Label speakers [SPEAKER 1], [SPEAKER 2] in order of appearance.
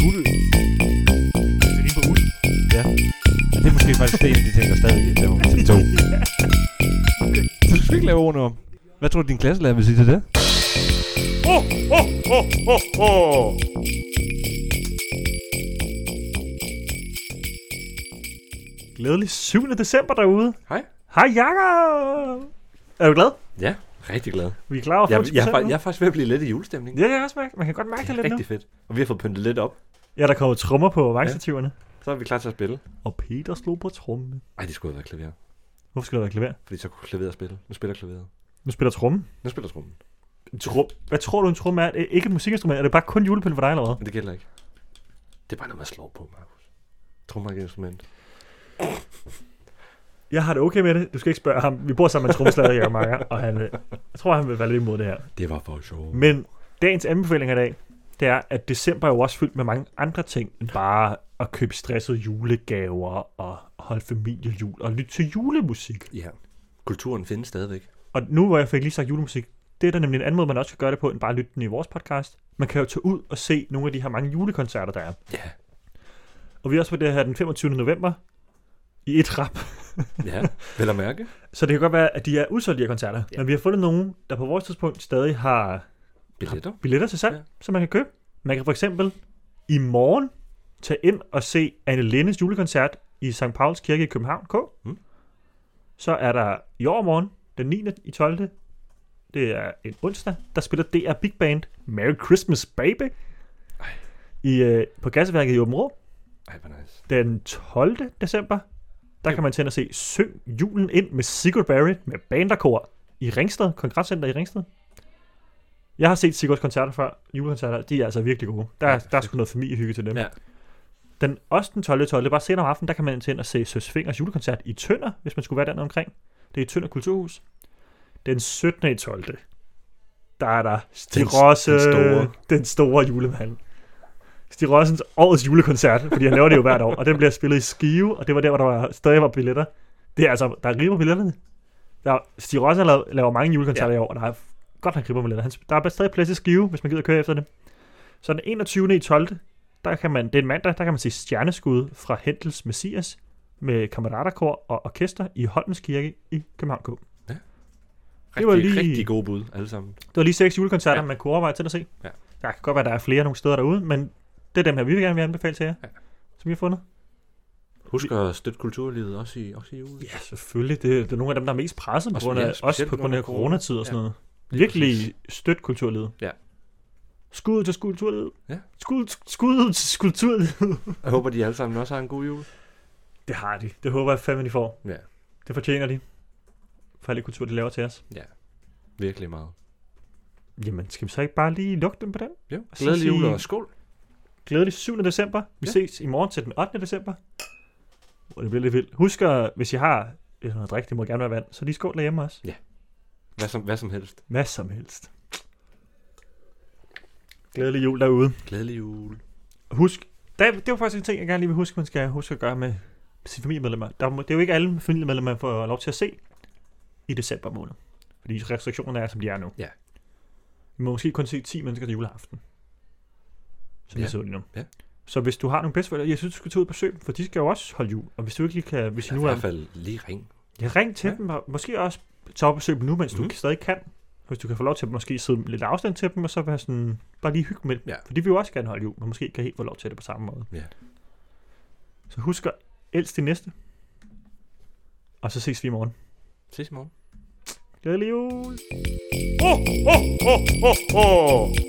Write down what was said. [SPEAKER 1] guld.
[SPEAKER 2] Det er lige på uld.
[SPEAKER 1] Og det er måske faktisk det, en af de ting, der stadig er på til to. Så du skal ikke lave ordene om. Hvad tror du, din klasselærer vil sige til det?
[SPEAKER 2] Glædelig 7. december derude.
[SPEAKER 3] Hej.
[SPEAKER 2] Hej Jakob. Er du glad?
[SPEAKER 3] Ja, rigtig glad.
[SPEAKER 2] Vi er klar over
[SPEAKER 3] Jeg,
[SPEAKER 2] 40%.
[SPEAKER 3] jeg, jeg, er fa- jeg er faktisk ved at blive lidt i julestemning.
[SPEAKER 2] Ja, det kan jeg også mærke. Man kan godt mærke det,
[SPEAKER 3] det er
[SPEAKER 2] lidt nu.
[SPEAKER 3] rigtig fedt. Og vi har fået pyntet lidt op.
[SPEAKER 2] Ja, der kommer trommer på vejstativerne. Ja.
[SPEAKER 3] Så er vi klar til at spille.
[SPEAKER 2] Og Peter slog på tromme.
[SPEAKER 3] Ej, det skulle have været klaver.
[SPEAKER 2] Hvorfor skal der være klaver?
[SPEAKER 3] Fordi så kunne klaveret spille. Nu spiller klaveret.
[SPEAKER 2] Nu spiller trommen.
[SPEAKER 3] Nu spiller trummen.
[SPEAKER 2] Trum. Hvad tror du, en tromme er? Øh, Ikke et musikinstrument. Er det bare kun julepille for dig eller hvad?
[SPEAKER 3] Men det gælder ikke. Det er bare noget, man slår på, Markus. Trummer er et instrument.
[SPEAKER 2] Jeg har det okay med det. Du skal ikke spørge ham. Vi bor sammen med en trommeslager, Jacob Marker, og han, øh, jeg tror, han vil være lidt imod det her.
[SPEAKER 3] Det var for sjov.
[SPEAKER 2] Men dagens anbefaling i dag, det er, at december er jo også fyldt med mange andre ting, end bare at købe stressede julegaver og holde familiejul og lytte til julemusik.
[SPEAKER 3] Ja. Kulturen findes stadigvæk.
[SPEAKER 2] Og nu hvor jeg fik lige sagt julemusik, det er der nemlig en anden måde, man også kan gøre det på, end bare at lytte den i vores podcast. Man kan jo tage ud og se nogle af de her mange julekoncerter, der er.
[SPEAKER 3] Ja.
[SPEAKER 2] Og vi er også på det her den 25. november i et rap.
[SPEAKER 3] Ja. Vel at mærke.
[SPEAKER 2] Så det kan godt være, at de er udsolgt, de her koncerter. Ja. Men vi har fundet nogen, der på vores tidspunkt stadig har
[SPEAKER 3] Billetter.
[SPEAKER 2] billetter til salg, ja.
[SPEAKER 3] Ja.
[SPEAKER 2] som man kan købe. Man kan for eksempel i morgen tage ind og se Anne Lindes julekoncert i St. Pauls Kirke i København K. Mm.
[SPEAKER 3] Mm.
[SPEAKER 2] Så er der i overmorgen, den 9. i 12. Det er en onsdag, der spiller DR Big Band Merry Christmas Baby i, øh, på Gasseværket i Åben Rå.
[SPEAKER 3] Ej, hvor nice.
[SPEAKER 2] Den 12. december, der kan man tænde og se Søg julen ind med Sigurd Barrett med banderkor i Ringsted, Kongresscenter i Ringsted. Jeg har set Sigurds koncerter før, julekoncerter, de er altså virkelig gode. Der, er, der er sgu noget familiehygge til dem.
[SPEAKER 3] Ja.
[SPEAKER 2] Den, også den 12. 12. bare senere om aftenen, der kan man tænde og se Søs Fingers julekoncert i Tønder, hvis man skulle være dernede omkring. Det er i Tønder Kulturhus. Den 17. i 12. Der er der Stig
[SPEAKER 3] Den-
[SPEAKER 2] Rosse, den
[SPEAKER 3] den
[SPEAKER 2] store.
[SPEAKER 3] store.
[SPEAKER 2] den store julemand. Stig Rossens årets julekoncert, fordi han laver det jo hvert år, og den bliver spillet i Skive, og det var der, hvor der var, stadig var billetter. Det er altså, der er riber på billetterne. Der, er- Stig Rosse har lavet, laver mange julekoncerter ja. i år, og der er godt nok riber på billetter. Han, der er stadig plads i Skive, hvis man gider køre efter det. Så den 21. i 12. Der kan man, det er en mandag, der kan man se stjerneskud fra Hendels Messias med kammeraterkor og orkester i Holmens Kirke i København K.
[SPEAKER 3] Rigtig,
[SPEAKER 2] Det var lige-
[SPEAKER 3] rigtig gode bud, alle sammen.
[SPEAKER 2] Det var lige seks julekoncerter, ja.
[SPEAKER 3] Ja.
[SPEAKER 2] man kunne overveje til at se.
[SPEAKER 3] Ja.
[SPEAKER 2] Der kan godt være, at der er flere nogle steder derude, men det er dem her, vi vil gerne vil anbefale til jer, ja.
[SPEAKER 3] Ja.
[SPEAKER 2] som vi har fundet.
[SPEAKER 3] Husk at støtte kulturlivet også i, også i jul.
[SPEAKER 2] Ja, selvfølgelig. Det, det er nogle af dem, der er mest presset, på
[SPEAKER 3] Også-
[SPEAKER 2] grund af,
[SPEAKER 3] ja,
[SPEAKER 2] ja,
[SPEAKER 3] specielt
[SPEAKER 2] også på grund af
[SPEAKER 3] under corona.
[SPEAKER 2] coronatid og sådan
[SPEAKER 3] Ja,
[SPEAKER 2] noget.
[SPEAKER 3] lige
[SPEAKER 2] Virkelig
[SPEAKER 3] præcis.
[SPEAKER 2] støt kulturlivet.
[SPEAKER 3] Ja.
[SPEAKER 2] Skud til skud kulturlivet.
[SPEAKER 3] Ja.
[SPEAKER 2] Skud, skud til kulturlivet.
[SPEAKER 3] Jeg håber, de alle sammen også har en god jul.
[SPEAKER 2] Det har de. Det håber jeg fandme, de får.
[SPEAKER 3] Ja.
[SPEAKER 2] Det fortjener de. For alt det kultur, de laver til os.
[SPEAKER 3] Virkelig meget.
[SPEAKER 2] Jamen, skal vi så ikke bare lige lukke den på den?
[SPEAKER 3] Ja.
[SPEAKER 2] Og så
[SPEAKER 3] Glædelig jul
[SPEAKER 2] sige-
[SPEAKER 3] og skål.
[SPEAKER 2] Glædelig 7. december. Vi ja.
[SPEAKER 3] Ja.
[SPEAKER 2] ses i morgen til den 8. december. Hvor det bliver lidt vildt. Husk, at hvis I har øh, noget drik, det må gerne være vand, så lige skål derhjemme også.
[SPEAKER 3] Hvad som, hvad som helst.
[SPEAKER 2] Hvad som helst. Glædelig jul derude.
[SPEAKER 3] Glædelig jul.
[SPEAKER 2] Husk, der, det var faktisk en ting, jeg gerne lige vil huske, man skal huske at gøre med sine familiemedlemmer. Der, må- det er jo ikke alle familiemedlemmer, man får lov til at se i december måned. Fordi restriktionerne er, som de er nu.
[SPEAKER 3] Ja.
[SPEAKER 2] Vi må måske kun se 10 mennesker til juleaften. Som ja.
[SPEAKER 3] Ja.
[SPEAKER 2] det ser ud lige nu.
[SPEAKER 3] Ja.
[SPEAKER 2] Så hvis du har nogle bedsteforældre, jeg synes, du skal tage ud og besøge dem, for de skal jo også holde jul. Og hvis du ikke lige kan, hvis I
[SPEAKER 3] Nu
[SPEAKER 2] nu
[SPEAKER 3] er i
[SPEAKER 2] er...
[SPEAKER 3] hvert fald lige ring.
[SPEAKER 2] Ja, ring til ja.
[SPEAKER 3] Ja.
[SPEAKER 2] dem, og måske også tage op og besøg dem nu, mens mm.
[SPEAKER 3] Mhm.
[SPEAKER 2] du stadig kan. Og Hvis du kan få lov til at måske sidde lidt afstand til dem, og så være sådan, bare lige hygge med dem.
[SPEAKER 3] Ja.
[SPEAKER 2] For de vil jo også gerne holde jul, men måske kan helt få lov til det på samme måde.
[SPEAKER 3] Ja.
[SPEAKER 2] Så husk at elske det næste. Og så ses vi i morgen.
[SPEAKER 3] Ses i morgen.
[SPEAKER 2] Glædelig jul!
[SPEAKER 4] ho, ho, ho, ho.